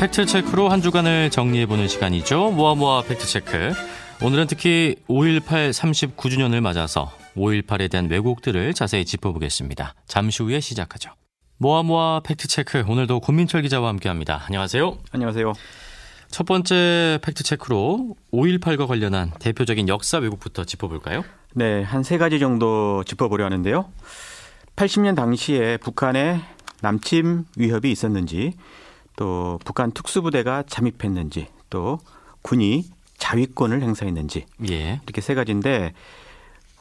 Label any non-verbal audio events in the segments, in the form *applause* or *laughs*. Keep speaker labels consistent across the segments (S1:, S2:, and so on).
S1: 팩트체크로 한 주간을 정리해보는 시간이죠. 모아모아 팩트체크. 오늘은 특히 5.18 39주년을 맞아서 5.18에 대한 왜곡들을 자세히 짚어보겠습니다. 잠시 후에 시작하죠. 모아모아 팩트체크. 오늘도 고민철 기자와 함께 합니다. 안녕하세요.
S2: 안녕하세요.
S1: 첫 번째 팩트체크로 5.18과 관련한 대표적인 역사 왜곡부터 짚어볼까요?
S2: 네, 한 세 가지 정도 짚어보려 하는데요. 80년 당시에 북한에 남침 위협이 있었는지, 또 북한 특수부대가 잠입했는지, 또 군이 자위권을 행사했는지
S1: 예.
S2: 이렇게 세 가지인데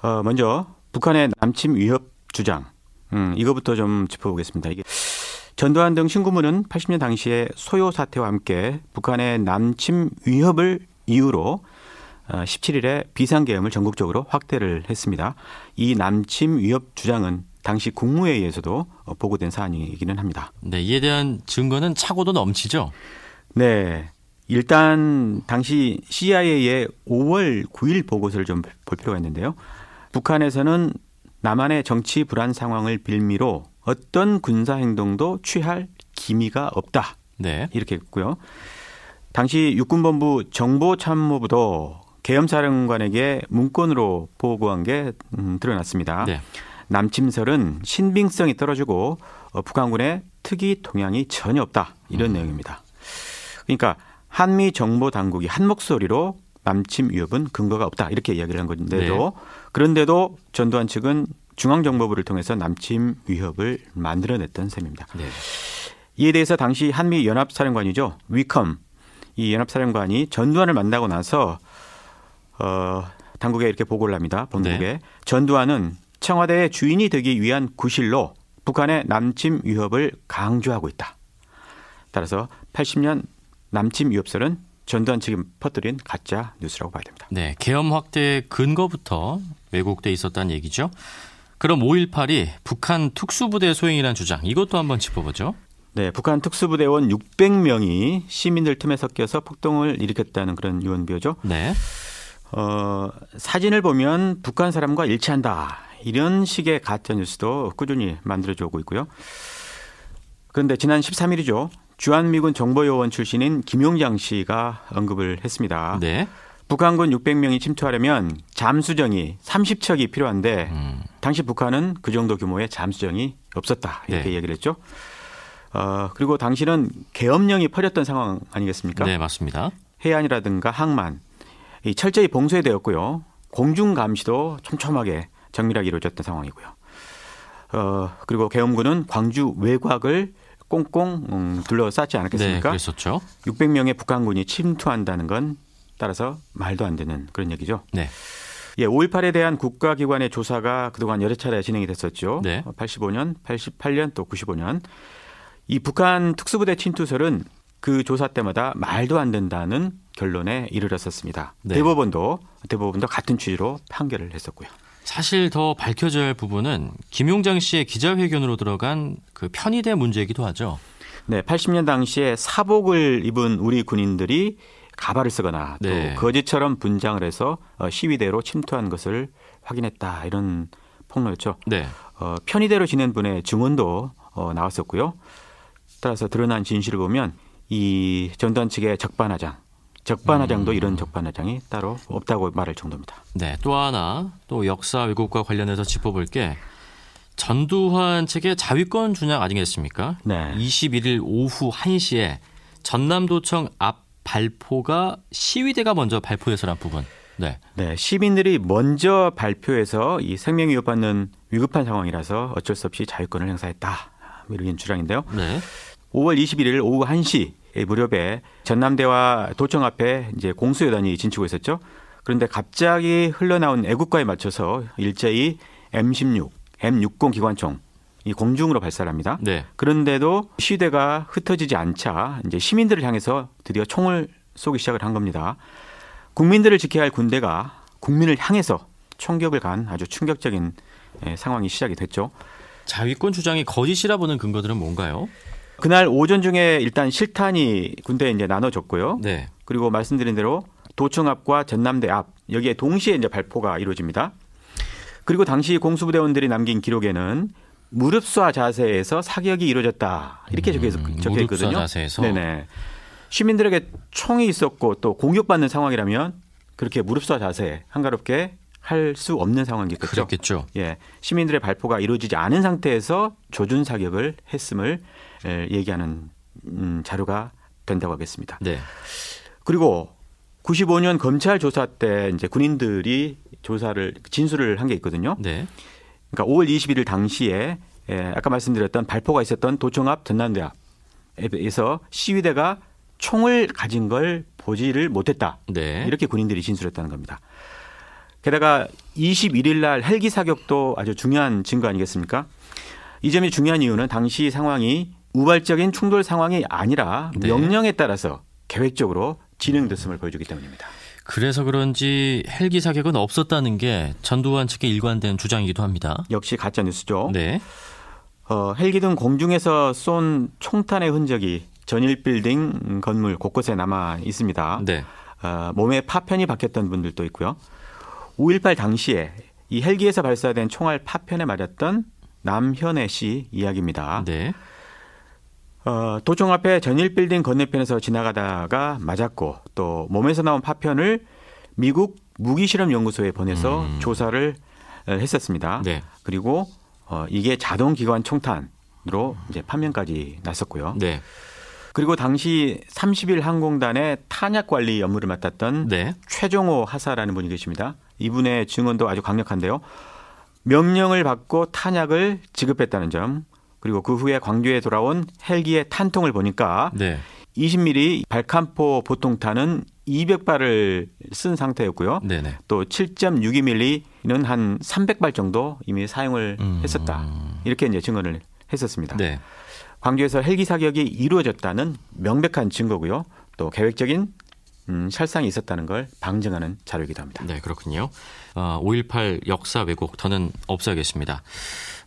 S2: 어, 먼저 북한의 남침 위협 주장 음, 이거부터 좀 짚어보겠습니다. 이게 전두환 등 신군문은 80년 당시에 소요 사태와 함께 북한의 남침 위협을 이유로 어, 17일에 비상계엄을 전국적으로 확대를 했습니다. 이 남침 위협 주장은 당시 국무회의에서도 어, 보고된 사안이기는 합니다.
S1: 네, 이에 대한 증거는 차고도 넘치죠.
S2: 네. 일단 당시 CIA의 5월 9일 보고서를 좀 볼 필요가 있는데요. 북한에서는 남한의 정치 불안 상황을 빌미로 어떤 군사 행동도 취할 기미가 없다.
S1: 네.
S2: 이렇게 했고요. 당시 육군본부 정보참모부도 계엄사령관에게 문건으로 보고한 게 음, 드러났습니다.
S1: 네.
S2: 남침설은 신빙성이 떨어지고 어, 북한군의 특이 동향이 전혀 없다 이런 내용입니다. 그러니까 한미 정보 당국이 한 목소리로 남침 위협은 근거가 없다 이렇게 이야기를 한 건데도 그런데도 전두환 측은 중앙정보부를 통해서 남침 위협을 만들어냈던 셈입니다.
S1: 네.
S2: 이에 대해서 당시 한미 연합사령관이죠 위컴 이 연합사령관이 전두환을 만나고 나서 어, 당국에 이렇게 보고를 합니다. 본국에 전두환은 청와대의 주인이 되기 위한 구실로 북한의 남침 위협을 강조하고 있다. 따라서 80년 남침 위협설은 전두환 측이 퍼뜨린 가짜 뉴스라고 봐야 됩니다.
S1: 네, 계엄 확대의 근거부터 왜곡돼 있었다는 얘기죠. 그럼 5.18이 북한 특수부대 소행이라는 주장 이것도 한번 짚어보죠.
S2: 네, 북한 특수부대원 600명이 시민들 틈에 섞여서 폭동을 일으켰다는 그런 유언비어죠.
S1: 네,
S2: 어, 사진을 보면 북한 사람과 일치한다. 이런 식의 가짜 뉴스도 꾸준히 만들어져 오고 있고요. 그런데 지난 13일이죠. 주한미군 정보요원 출신인 김용장 씨가 언급을 했습니다.
S1: 네,
S2: 북한군 600명이 침투하려면 잠수정이 30척이 필요한데
S1: 음.
S2: 당시 북한은 그 정도 규모의 잠수정이 없었다. 이렇게
S1: 네.
S2: 얘기를 했죠. 어, 그리고 당시는 계엄령이 퍼졌던 상황 아니겠습니까?
S1: 네 맞습니다.
S2: 해안이라든가 항만 이 철저히 봉쇄되었고요. 공중 감시도 촘촘하게 정밀하게 이루어졌던 상황이고요. 어, 그리고 계엄군은 광주 외곽을 꽁꽁 음, 둘러쌌지
S1: 네,
S2: 않았겠습니까?
S1: 그랬었죠.
S2: 600명의 북한군이 침투한다는 건 따라서 말도 안 되는 그런 얘기죠.
S1: 네,
S2: 예, 5.18에 대한 국가기관의 조사가 그동안 여러 차례 진행이 됐었죠.
S1: 네.
S2: 85년, 88년 또 95년. 이 북한 특수부대 침투설은 그 조사 때마다 말도 안 된다는 결론에 이르렀었습니다.
S1: 네.
S2: 대법원도 대법원도 같은 취지로 판결을 했었고요.
S1: 사실 더 밝혀져야 할 부분은 김용장 씨의 기자회견으로 들어간 그 편의대 문제이기도 하죠.
S2: 네, 80년 당시에 사복을 입은 우리 군인들이 가발을 쓰거나 또
S1: 네.
S2: 거지처럼 분장을 해서 어, 시위대로 침투한 것을 확인했다 이런 폭로였죠.
S1: 네,
S2: 어, 편의대로 지낸 분의 증언도 어, 나왔었고요. 따라서 드러난 진실을 보면 이 전두환 측의 적반하장, 적반하장도 이런 적반하장이 따로 없다고 말할 정도입니다.
S1: 네, 또 하나 또 역사 왜곡과 관련해서 짚어볼 게 전두환 측의 자위권 준약 아니겠습니까?
S2: 네.
S1: 21일 오후 1시에 전남도청 앞 발포가 시위대가 먼저 발포해서란 부분. 네.
S2: 네, 시민들이 먼저 발표해서 이 생명 위협받는 위급한 상황이라서 어쩔 수 없이 자유권을 행사했다. 이런 주장인데요.
S1: 네.
S2: 5월 21일 오후 1시 무렵에 전남대와 도청 앞에 이제 공수여단이 진치고 있었죠. 그런데 갑자기 흘러나온 애국가에 맞춰서 일제히 M16, M60 기관총 이 공중으로 발사를 합니다.
S1: 네.
S2: 그런데도 시대가 흩어지지 않자 이제 시민들을 향해서 드디어 총을 쏘기 시작을 한 겁니다. 국민들을 지켜야 할 군대가 국민을 향해서 총격을 간 아주 충격적인 예, 상황이 시작이 됐죠.
S1: 자위권 주장이 거짓이라 보는 근거들은 뭔가요?
S2: 그날 오전 중에 일단 실탄이 군대에 이제 나눠졌고요.
S1: 네.
S2: 그리고 말씀드린 대로 도청 앞과 전남대 앞 여기에 동시에 이제 발포가 이루어집니다. 그리고 당시 공수부대원들이 남긴 기록에는 무릎 쏴 자세에서 사격이 이루어졌다 이렇게 적혀,
S1: 음,
S2: 적혀 있거든요.
S1: 무릎 쏴 자세에서?
S2: 네네. 시민들에게 총이 있었고 또 공격받는 상황이라면 그렇게 무릎서 자세 한가롭게 할 수 없는 상황이겠죠.
S1: 그렇겠죠.
S2: 예, 시민들의 발포가 이루어지지 않은 상태에서 조준 사격을 했음을 예, 얘기하는 음, 자료가 된다고 하겠습니다.
S1: 네.
S2: 그리고 95년 검찰 조사 때 이제 군인들이 조사를 진술을 한 게 있거든요.
S1: 네.
S2: 그러니까 5월 21일 당시에 예, 아까 말씀드렸던 발포가 있었던 도청 앞 전남대 앞에서 시위대가 총을 가진 걸 보지를 못했다.
S1: 네.
S2: 이렇게 군인들이 진술했다는 겁니다. 게다가 21일 날 헬기 사격도 아주 중요한 증거 아니겠습니까? 이 점이 중요한 이유는 당시 상황이 우발적인 충돌 상황이 아니라
S1: 네.
S2: 명령에 따라서 계획적으로 진행됐음을 보여주기 때문입니다.
S1: 그래서 그런지 헬기 사격은 없었다는 게 전두환 측의 일관된 주장이기도 합니다.
S2: 역시 가짜 뉴스죠.
S1: 네.
S2: 어, 헬기 등 공중에서 쏜 총탄의 흔적이 전일 빌딩 건물 곳곳에 남아 있습니다.
S1: 네.
S2: 어, 몸에 파편이 박혔던 분들도 있고요. 5.18 당시에 이 헬기에서 발사된 총알 파편에 맞았던 남현애 씨 이야기입니다.
S1: 네.
S2: 어, 도청 앞에 전일 빌딩 건너편에서 지나가다가 맞았고 또 몸에서 나온 파편을 미국 무기실험연구소에 보내서 조사를 했었습니다.
S1: 네.
S2: 그리고 어, 이게 자동 기관 총탄으로 이제 판명까지 났었고요.
S1: 네.
S2: 그리고 당시 30일 항공단의 탄약 관리 업무를 맡았던
S1: 네.
S2: 최종호 하사라는 분이 계십니다. 이분의 증언도 아주 강력한데요. 명령을 받고 탄약을 지급했다는 점, 그리고 그 후에 광주에 돌아온 헬기의 탄통을 보니까
S1: 네.
S2: 20mm 발칸포 보통탄은 200발을 쓴 상태였고요.
S1: 네. 네.
S2: 또 7.62mm는 한 300발 정도 이미 사용을
S1: 음.
S2: 했었다. 이렇게 이제 증언을 했었습니다.
S1: 네.
S2: 광주에서 헬기 사격이 이루어졌다는 명백한 증거고요. 또 계획적인 음, 살상이 있었다는 걸 방증하는 자료이기도 합니다.
S1: 네, 그렇군요. 아, 5.18 역사 왜곡 더는 없어야겠습니다.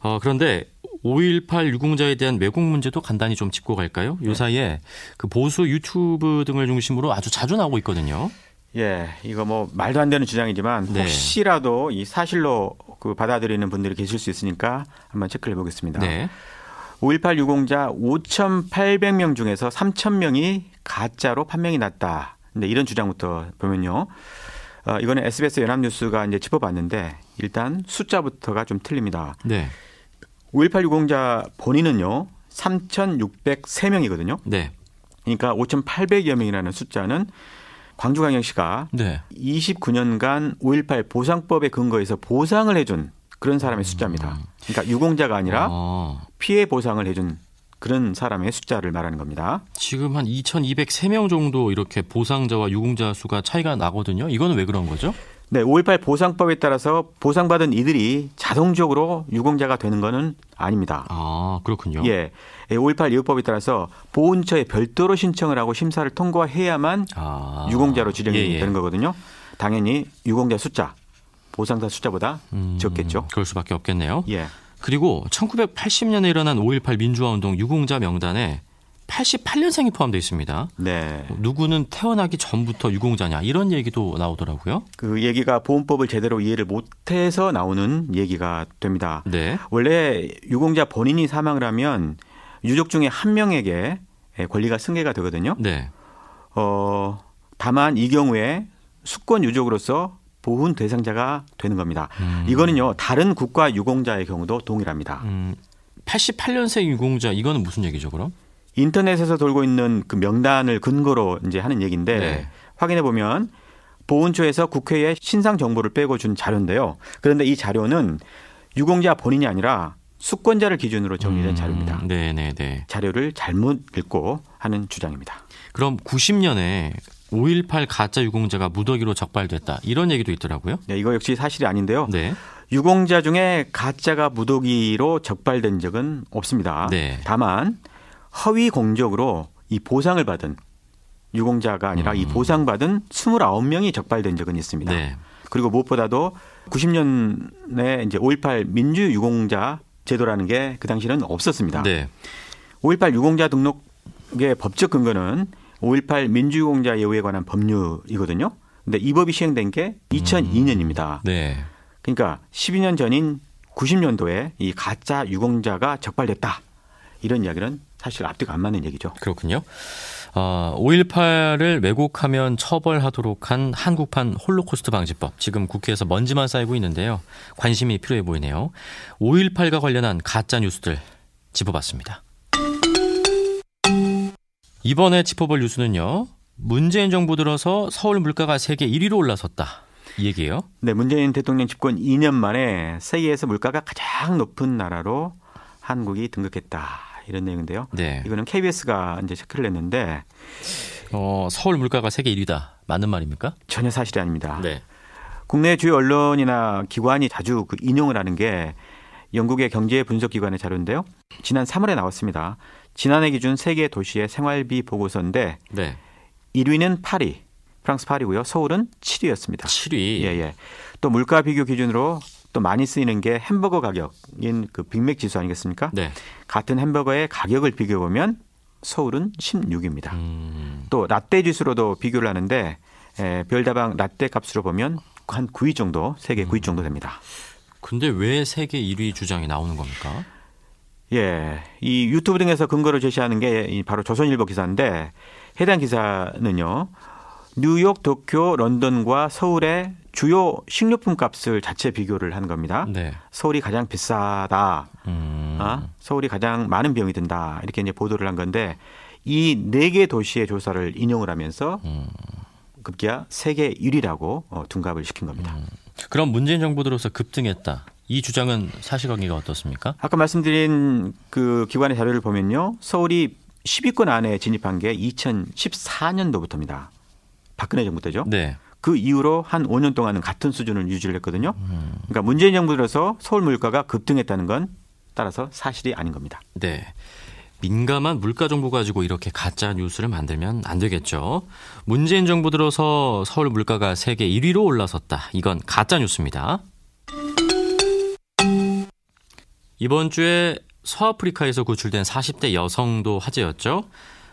S1: 어, 그런데 5.18 유공자에 대한 왜곡 문제도 간단히 좀 짚고 갈까요? 요 사이에 그 보수 유튜브 등을 중심으로 아주 자주 나오고 있거든요.
S2: 예, 이거 뭐 말도 안 되는 주장이지만
S1: 네.
S2: 혹시라도 이 사실로 그 받아들이는 분들이 계실 수 있으니까 한번 체크를 해보겠습니다.
S1: 네.
S2: 5.18 유공자 5,800명 중에서 3,000명이 가짜로 판명이 났다. 근데 이런 주장부터 보면요. 어, 이거는 SBS 연합뉴스가 이제 짚어봤는데 일단 숫자부터가 좀 틀립니다.
S1: 네.
S2: 5.18 유공자 본인은요 3,603명이거든요.
S1: 네.
S2: 그러니까 5,800여 명이라는 숫자는 광주광역시가
S1: 네.
S2: 29년간 5.18 보상법에 근거해서 보상을 해준 그런 사람의 숫자입니다. 그러니까 유공자가 아니라
S1: 음. 어,
S2: 피해 보상을 해준 그런 사람의 숫자를 말하는 겁니다.
S1: 지금 한 2,203명 정도 이렇게 보상자와 유공자 수가 차이가 나거든요. 이거는 왜 그런 거죠?
S2: 네, 5.18 보상법에 따라서 보상받은 이들이 자동적으로 유공자가 되는 거는 아닙니다.
S1: 아, 그렇군요.
S2: 예, 5.18 예우법에 따라서 보훈처에 별도로 신청을 하고 심사를 통과해야만
S1: 아.
S2: 유공자로 지정이
S1: 예, 예.
S2: 되는 거거든요. 당연히 유공자 숫자 보상자 숫자보다
S1: 음,
S2: 적겠죠.
S1: 그럴 수밖에 없겠네요.
S2: 예.
S1: 그리고 1980년에 일어난 5.18 민주화운동 유공자 명단에 88년생이 포함되어 있습니다.
S2: 네.
S1: 누구는 태어나기 전부터 유공자냐 이런 얘기도 나오더라고요.
S2: 그 얘기가 보험법을 제대로 이해를 못해서 나오는 얘기가 됩니다.
S1: 네,
S2: 원래 유공자 본인이 사망을 하면 유족 중에 한 명에게 권리가 승계가 되거든요.
S1: 네,
S2: 어, 다만 이 경우에 수권 유족으로서 보훈 대상자가 되는 겁니다. 이거는요, 다른 국가 유공자의 경우도 동일합니다.
S1: 음, 88년생 유공자 이거는 무슨 얘기죠 그럼?
S2: 인터넷에서 돌고 있는 그 명단을 근거로 이제 하는 얘기인데
S1: 네.
S2: 확인해 보면 보훈처에서 국회에 신상 정보를 빼고 준 자료인데요. 그런데 이 자료는 유공자 본인이 아니라 수권자를 기준으로 정리된 자료입니다.
S1: 네, 네, 네.
S2: 자료를 잘못 읽고 하는 주장입니다.
S1: 그럼 90년에 5.18 가짜 유공자가 무더기로 적발됐다 이런 얘기도 있더라고요.
S2: 네, 이거 역시 사실이 아닌데요.
S1: 네,
S2: 유공자 중에 가짜가 무더기로 적발된 적은 없습니다.
S1: 네.
S2: 다만 허위 공적으로 이 보상을 받은 유공자가 아니라 이 보상받은 29명이 적발된 적은 있습니다.
S1: 음. 네,
S2: 그리고 무엇보다도 90년에 이제 5.18 민주 유공자 제도라는 게 그 당시는 없었습니다.
S1: 네,
S2: 5.18 유공자 등록의 법적 근거는 5.18 민주 유공자 예우에 관한 법률이거든요. 근데 이 법이 시행된 게
S1: 음.
S2: 2002년입니다.
S1: 네.
S2: 그러니까 12년 전인 90년도에 이 가짜 유공자가 적발됐다. 이런 이야기는 사실 앞뒤가 안 맞는 얘기죠.
S1: 그렇군요. 어, 5.18을 왜곡하면 처벌하도록 한 한국판 홀로코스트 방지법. 지금 국회에서 먼지만 쌓이고 있는데요. 관심이 필요해 보이네요. 5.18과 관련한 가짜 뉴스들 짚어봤습니다. 이번에 짚어볼 뉴스는요. 문재인 정부 들어서 서울 물가가 세계 1위로 올라섰다. 이 얘기예요.
S2: 네, 문재인 대통령 집권 2년 만에 세계에서 물가가 가장 높은 나라로 한국이 등극했다. 이런 내용인데요.
S1: 네.
S2: 이거는 KBS가 이제 체크를 했는데
S1: 어, 서울 물가가 세계 1위다. 맞는 말입니까?
S2: 전혀 사실이 아닙니다.
S1: 네.
S2: 국내 주요 언론이나 기관이 자주 그 인용을 하는 게 영국의 경제 분석 기관의 자료인데요. 지난 3월에 나왔습니다. 지난해 기준 세계 도시의 생활비 보고서인데
S1: 네.
S2: 1위는 파리, 프랑스 파리고요. 서울은 7위였습니다.
S1: 7위.
S2: 예, 예. 또 물가 비교 기준으로 또 많이 쓰이는 게 햄버거 가격인 그 빅맥 지수 아니겠습니까?
S1: 네.
S2: 같은 햄버거의 가격을 비교해 보면 서울은 16입니다.
S1: 음,
S2: 또 라떼 지수로도 비교를 하는데 에, 별다방 라떼 값으로 보면 한 9위 정도 세계
S1: 음.
S2: 9위 정도 됩니다.
S1: 근데 왜 세계 1위 주장이 나오는 겁니까?
S2: 예, 이 유튜브 등에서 근거를 제시하는 게이 바로 조선일보 기사인데 해당 기사는요 뉴욕, 도쿄, 런던과 서울의 주요 식료품 값을 자체 비교를 한 겁니다.
S1: 네.
S2: 서울이 가장 비싸다.
S1: 음,
S2: 아, 서울이 가장 많은 비용이 든다. 이렇게 이제 보도를 한 건데 이 네 개 도시의 조사를 인용을 하면서 급기야 세계 1위라고 어, 둔갑을 시킨 겁니다.
S1: 그럼 문재인 정부 들어서 급등했다. 이 주장은 사실관계가 어떻습니까?
S2: 아까 말씀드린 그 기관의 자료를 보면요. 서울이 10위권 안에 진입한 게 2014년도부터입니다. 박근혜 정부 때죠.
S1: 네.
S2: 그 이후로 한 5년 동안은 같은 수준을 유지를 했거든요. 그러니까 문재인 정부 들어서 서울 물가가 급등했다는 건 따라서 사실이 아닌 겁니다.
S1: 네. 민감한 물가 정보 가지고 이렇게 가짜 뉴스를 만들면 안 되겠죠. 문재인 정부 들어서 서울 물가가 세계 1위로 올라섰다. 이건 가짜 뉴스입니다. 이번 주에 서아프리카에서 구출된 40대 여성도 화제였죠.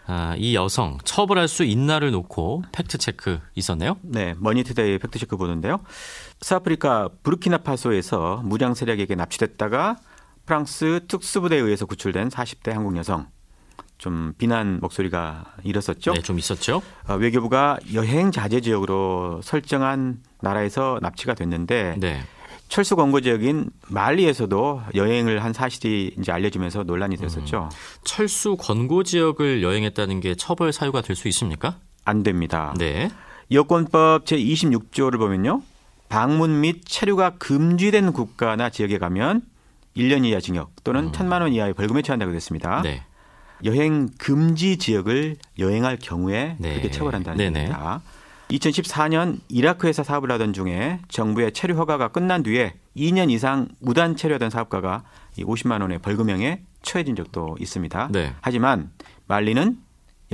S1: 아, 이 여성 처벌할 수 있나를 놓고 팩트 체크 있었네요.
S2: 네, 머니투데이 팩트체크 보는데요. 서아프리카 부르키나파소에서 무장 세력에게 납치됐다가 프랑스 특수부대에 의해서 구출된 40대 한국 여성. 좀 비난 목소리가 일었었죠.
S1: 네, 좀 있었죠.
S2: 어, 외교부가 여행 자제 지역으로 설정한 나라에서 납치가 됐는데
S1: 네.
S2: 철수 권고 지역인 말리에서도 여행을 한 사실이 이제 알려지면서 논란이 됐었죠.
S1: 철수 권고 지역을 여행했다는 게 처벌 사유가 될 수 있습니까?
S2: 안 됩니다.
S1: 네.
S2: 여권법 제 26조를 보면요. 방문 및 체류가 금지된 국가나 지역에 가면 1년 이하 징역 또는 1천만 원 이하의 벌금에 처한다고 됐습니다.
S1: 네.
S2: 여행 금지 지역을 여행할 경우에
S1: 네.
S2: 그렇게 처벌한다는
S1: 네네.
S2: 겁니다. 2014년 이라크에서 사업을 하던 중에 정부의 체류 허가가 끝난 뒤에 2년 이상 무단 체류하던 사업가가 이 50만 원의 벌금형에 처해진 적도 있습니다.
S1: 네.
S2: 하지만 말리는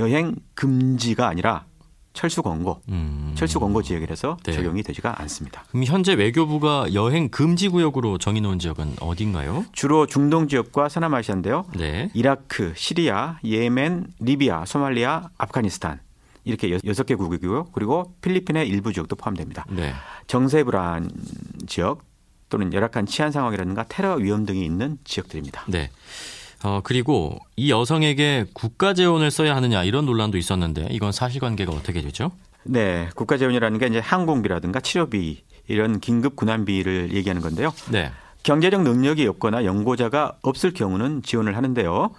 S2: 여행 금지가 아니라 철수 권고,
S1: 음.
S2: 철수 권고 지역이라서
S1: 네.
S2: 적용이 되지가 않습니다.
S1: 그럼 현재 외교부가 여행 금지 구역으로 정해놓은 지역은 어딘가요?
S2: 주로 중동 지역과 서남아시아인데요.
S1: 네.
S2: 이라크, 시리아, 예멘, 리비아, 소말리아, 아프가니스탄 이렇게 여- 여섯 개 국이고요. 그리고 필리핀의 일부 지역도 포함됩니다.
S1: 네.
S2: 정세 불안 지역 또는 열악한 치안 상황이라든가 테러 위험 등이 있는 지역들입니다.
S1: 네. 어, 그리고 이 여성에게 국가 재원을 써야 하느냐 이런 논란도 있었는데 이건 사실관계가 어떻게 되죠?
S2: 네, 국가 재원이라는 게 이제 항공비라든가 치료비 이런 긴급 군안비를 얘기하는 건데요.
S1: 네.
S2: 경제적 능력이 없거나 연고자가 없을 경우는 지원을 하는데요.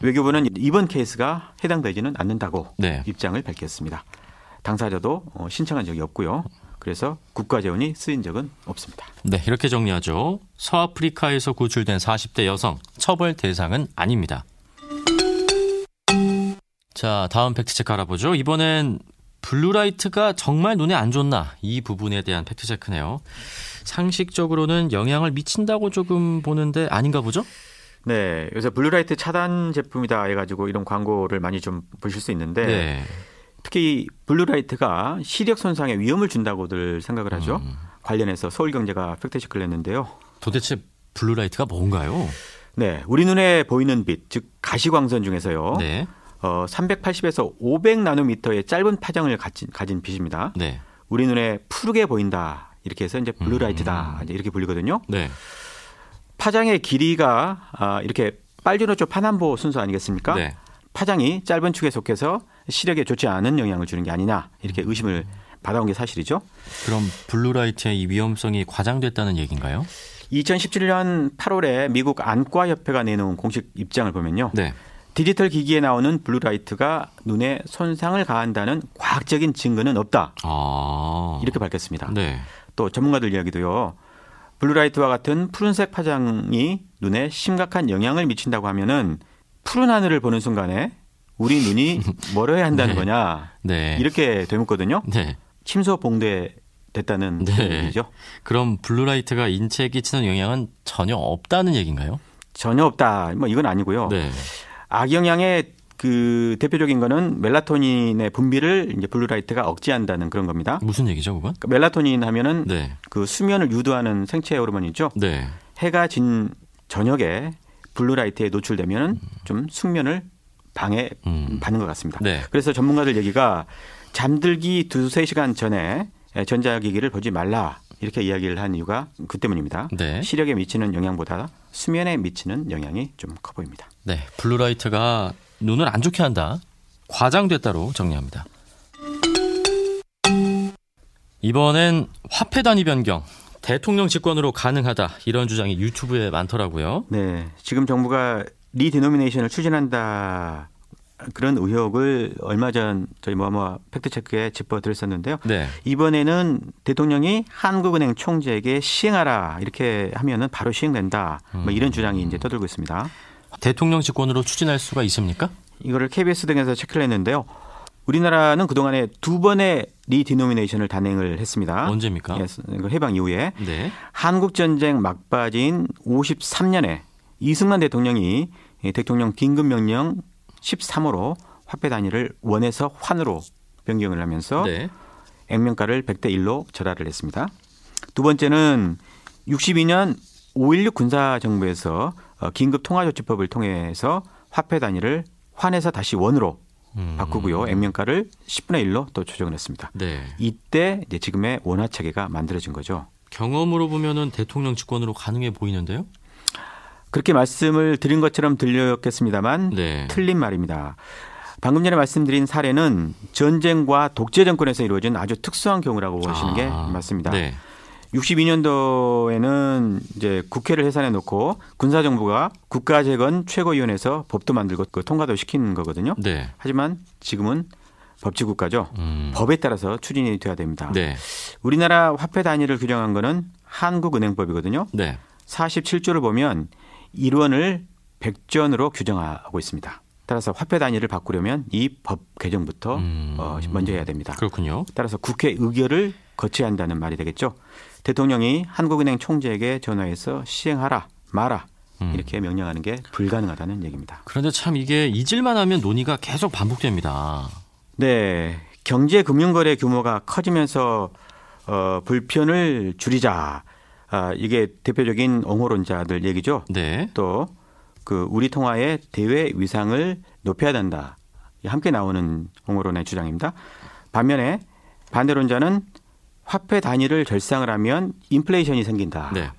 S2: 외교부는 이번 케이스가 해당되지는 않는다고
S1: 네.
S2: 입장을 밝혔습니다. 당사자도 어, 신청한 적이 없고요. 그래서 국가 재원이 쓰인 적은 없습니다.
S1: 네, 이렇게 정리하죠. 서아프리카에서 구출된 40대 여성 처벌 대상은 아닙니다. 자, 다음 팩트 체크 알아보죠. 이번엔 블루라이트가 정말 눈에 안 좋나 이 부분에 대한 팩트 체크네요. 상식적으로는 영향을 미친다고 조금 보는데 아닌가 보죠?
S2: 네, 요새 블루라이트 차단 제품이다 해가지고 이런 광고를 많이 좀 보실 수 있는데
S1: 네.
S2: 특히 블루라이트가 시력 손상에 위험을 준다고들 생각을 하죠. 관련해서 서울경제가 팩트체크를 했는데요.
S1: 도대체 블루라이트가 뭔가요?
S2: 네, 우리 눈에 보이는 빛, 즉 가시광선 중에서요.
S1: 네.
S2: 어, 380에서 500 나노미터의 짧은 파장을 가진, 가진 빛입니다.
S1: 네.
S2: 우리 눈에 푸르게 보인다. 이렇게 해서 이제 블루라이트다. 이제 이렇게 불리거든요.
S1: 네.
S2: 파장의 길이가 아, 이렇게 빨주노초 파남보 순서 아니겠습니까?
S1: 네.
S2: 파장이 짧은 축에 속해서 시력에 좋지 않은 영향을 주는 게 아니냐 이렇게
S1: 음.
S2: 의심을 받아온 게 사실이죠.
S1: 그럼 블루라이트의 이 위험성이 과장됐다는 얘기인가요?
S2: 2017년 8월에 미국 안과협회가 내놓은 공식 입장을 보면요.
S1: 네.
S2: 디지털 기기에 나오는 블루라이트가 눈에 손상을 가한다는 과학적인 증거는 없다.
S1: 아.
S2: 이렇게 밝혔습니다.
S1: 네.
S2: 또 전문가들 이야기도요. 블루라이트와 같은 푸른색 파장이 눈에 심각한 영향을 미친다고 하면은 푸른 하늘을 보는 순간에 우리
S1: *laughs*
S2: 눈이 멀어야 한다는
S1: 네.
S2: 거냐
S1: 네.
S2: 이렇게 되묻거든요.
S1: 네.
S2: 침소 봉대 됐다는
S1: 네.
S2: 얘기죠.
S1: 그럼 블루라이트가 인체에 끼치는 영향은 전혀 없다는 얘기인가요?
S2: 전혀 없다. 뭐 이건 아니고요.
S1: 네.
S2: 악영향의 그 대표적인 거는 멜라토닌의 분비를 이제 블루라이트가 억제한다는 그런 겁니다.
S1: 무슨 얘기죠, 그건?
S2: 그러니까 멜라토닌 하면은
S1: 네.
S2: 그 수면을 유도하는 생체 호르몬이죠.
S1: 네.
S2: 해가 진 저녁에 블루라이트에 노출되면 좀 숙면을 방해
S1: 음.
S2: 받는 것 같습니다.
S1: 네.
S2: 그래서 전문가들 얘기가 잠들기 두세 시간 전에 전자기기를 보지 말라 이렇게 이야기를 한 이유가 그 때문입니다.
S1: 네.
S2: 시력에 미치는 영향보다 수면에 미치는 영향이 좀 커 보입니다.
S1: 네. 블루라이트가 눈을 안 좋게 한다. 과장됐다로 정리합니다. 이번엔 화폐 단위 변경 대통령 직권으로 가능하다 이런 주장이 유튜브에 많더라고요.
S2: 네, 지금 정부가 리디노미네이션을 추진한다 그런 의혹을 얼마 전 저희 모아모아 팩트체크에 짚어드렸었는데요.
S1: 네.
S2: 이번에는 대통령이 한국은행 총재에게 시행하라 이렇게 하면은 바로 시행된다.
S1: 음.
S2: 뭐 이런 주장이 이제 떠들고 있습니다.
S1: 대통령 직권으로 추진할 수가 있습니까?
S2: 이거를 KBS 등에서 체크를 했는데요. 우리나라는 그동안에 두 번의 리디노미네이션을 단행을 했습니다.
S1: 언제입니까?
S2: 예, 그 해방 이후에
S1: 네.
S2: 한국 전쟁 막바지인 53년에 이승만 대통령이 이 대통령 긴급 명령 13호로 화폐 단위를 원에서 환으로 변경을 하면서
S1: 네.
S2: 액면가를 100대 1로 절하를 했습니다. 두 번째는 62년 5.16 군사정부에서 어, 긴급 통화조치법을 통해서 화폐 단위를 환에서 다시 원으로
S1: 음.
S2: 바꾸고요. 액면가를 10분의 1로 또 조정을 했습니다.
S1: 네.
S2: 이때 이제 지금의 원화 체계가 만들어진 거죠.
S1: 경험으로 보면은 대통령 직권으로 가능해 보이는데요.
S2: 그렇게 말씀을 드린 것처럼 들렸겠습니다만
S1: 네.
S2: 틀린 말입니다. 방금 전에 말씀드린 사례는 전쟁과 독재 정권에서 이루어진 아주 특수한 경우라고 하시는 게
S1: 아,
S2: 맞습니다.
S1: 네.
S2: 62년도에는 이제 국회를 해산해 놓고 군사 정부가 국가재건 최고위원회에서 법도 만들고 그 통과도 시킨 거거든요.
S1: 네.
S2: 하지만 지금은 법치 국가죠.
S1: 음.
S2: 법에 따라서 추진이 돼야 됩니다.
S1: 네.
S2: 우리나라 화폐 단위를 규정한 거는 한국은행법이거든요.
S1: 네.
S2: 47조를 보면 1원을 100전으로 규정하고 있습니다. 따라서 화폐 단위를 바꾸려면 이 법 개정부터
S1: 음.
S2: 어, 먼저 해야 됩니다.
S1: 그렇군요.
S2: 따라서 국회 의결을 거쳐야 한다는 말이 되겠죠. 대통령이 한국은행 총재에게 전화해서 시행하라 마라
S1: 음.
S2: 이렇게 명령하는 게 불가능하다는 얘기입니다.
S1: 그런데 참 이게 잊을만 하면 논의가 계속 반복됩니다.
S2: 네, 경제 금융 거래 규모가 커지면서 어, 불편을 줄이자 아, 이게 대표적인 옹호론자들 얘기죠.
S1: 네.
S2: 또 그 우리 통화의 대외 위상을 높여야 된다. 함께 나오는 홍어론의 주장입니다. 반면에 반대론자는 화폐 단위를 절상을 하면 인플레이션이 생긴다.
S1: 네.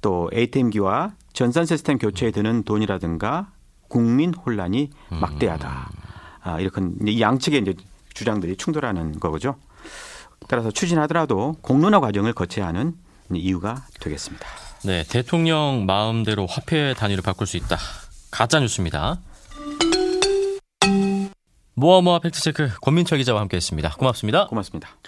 S2: 또 ATM기와 전산 시스템 교체에 드는 돈이라든가 국민 혼란이 막대하다. 아, 이렇게 이 양측의 이제 주장들이 충돌하는 거죠. 따라서 추진하더라도 공론화 과정을 거쳐야 하는 이유가 되겠습니다.
S1: 네. 대통령 마음대로 화폐 단위를 바꿀 수 있다. 가짜 뉴스입니다. 모아모아 팩트체크 권민철 기자와 함께했습니다. 고맙습니다.
S2: 고맙습니다.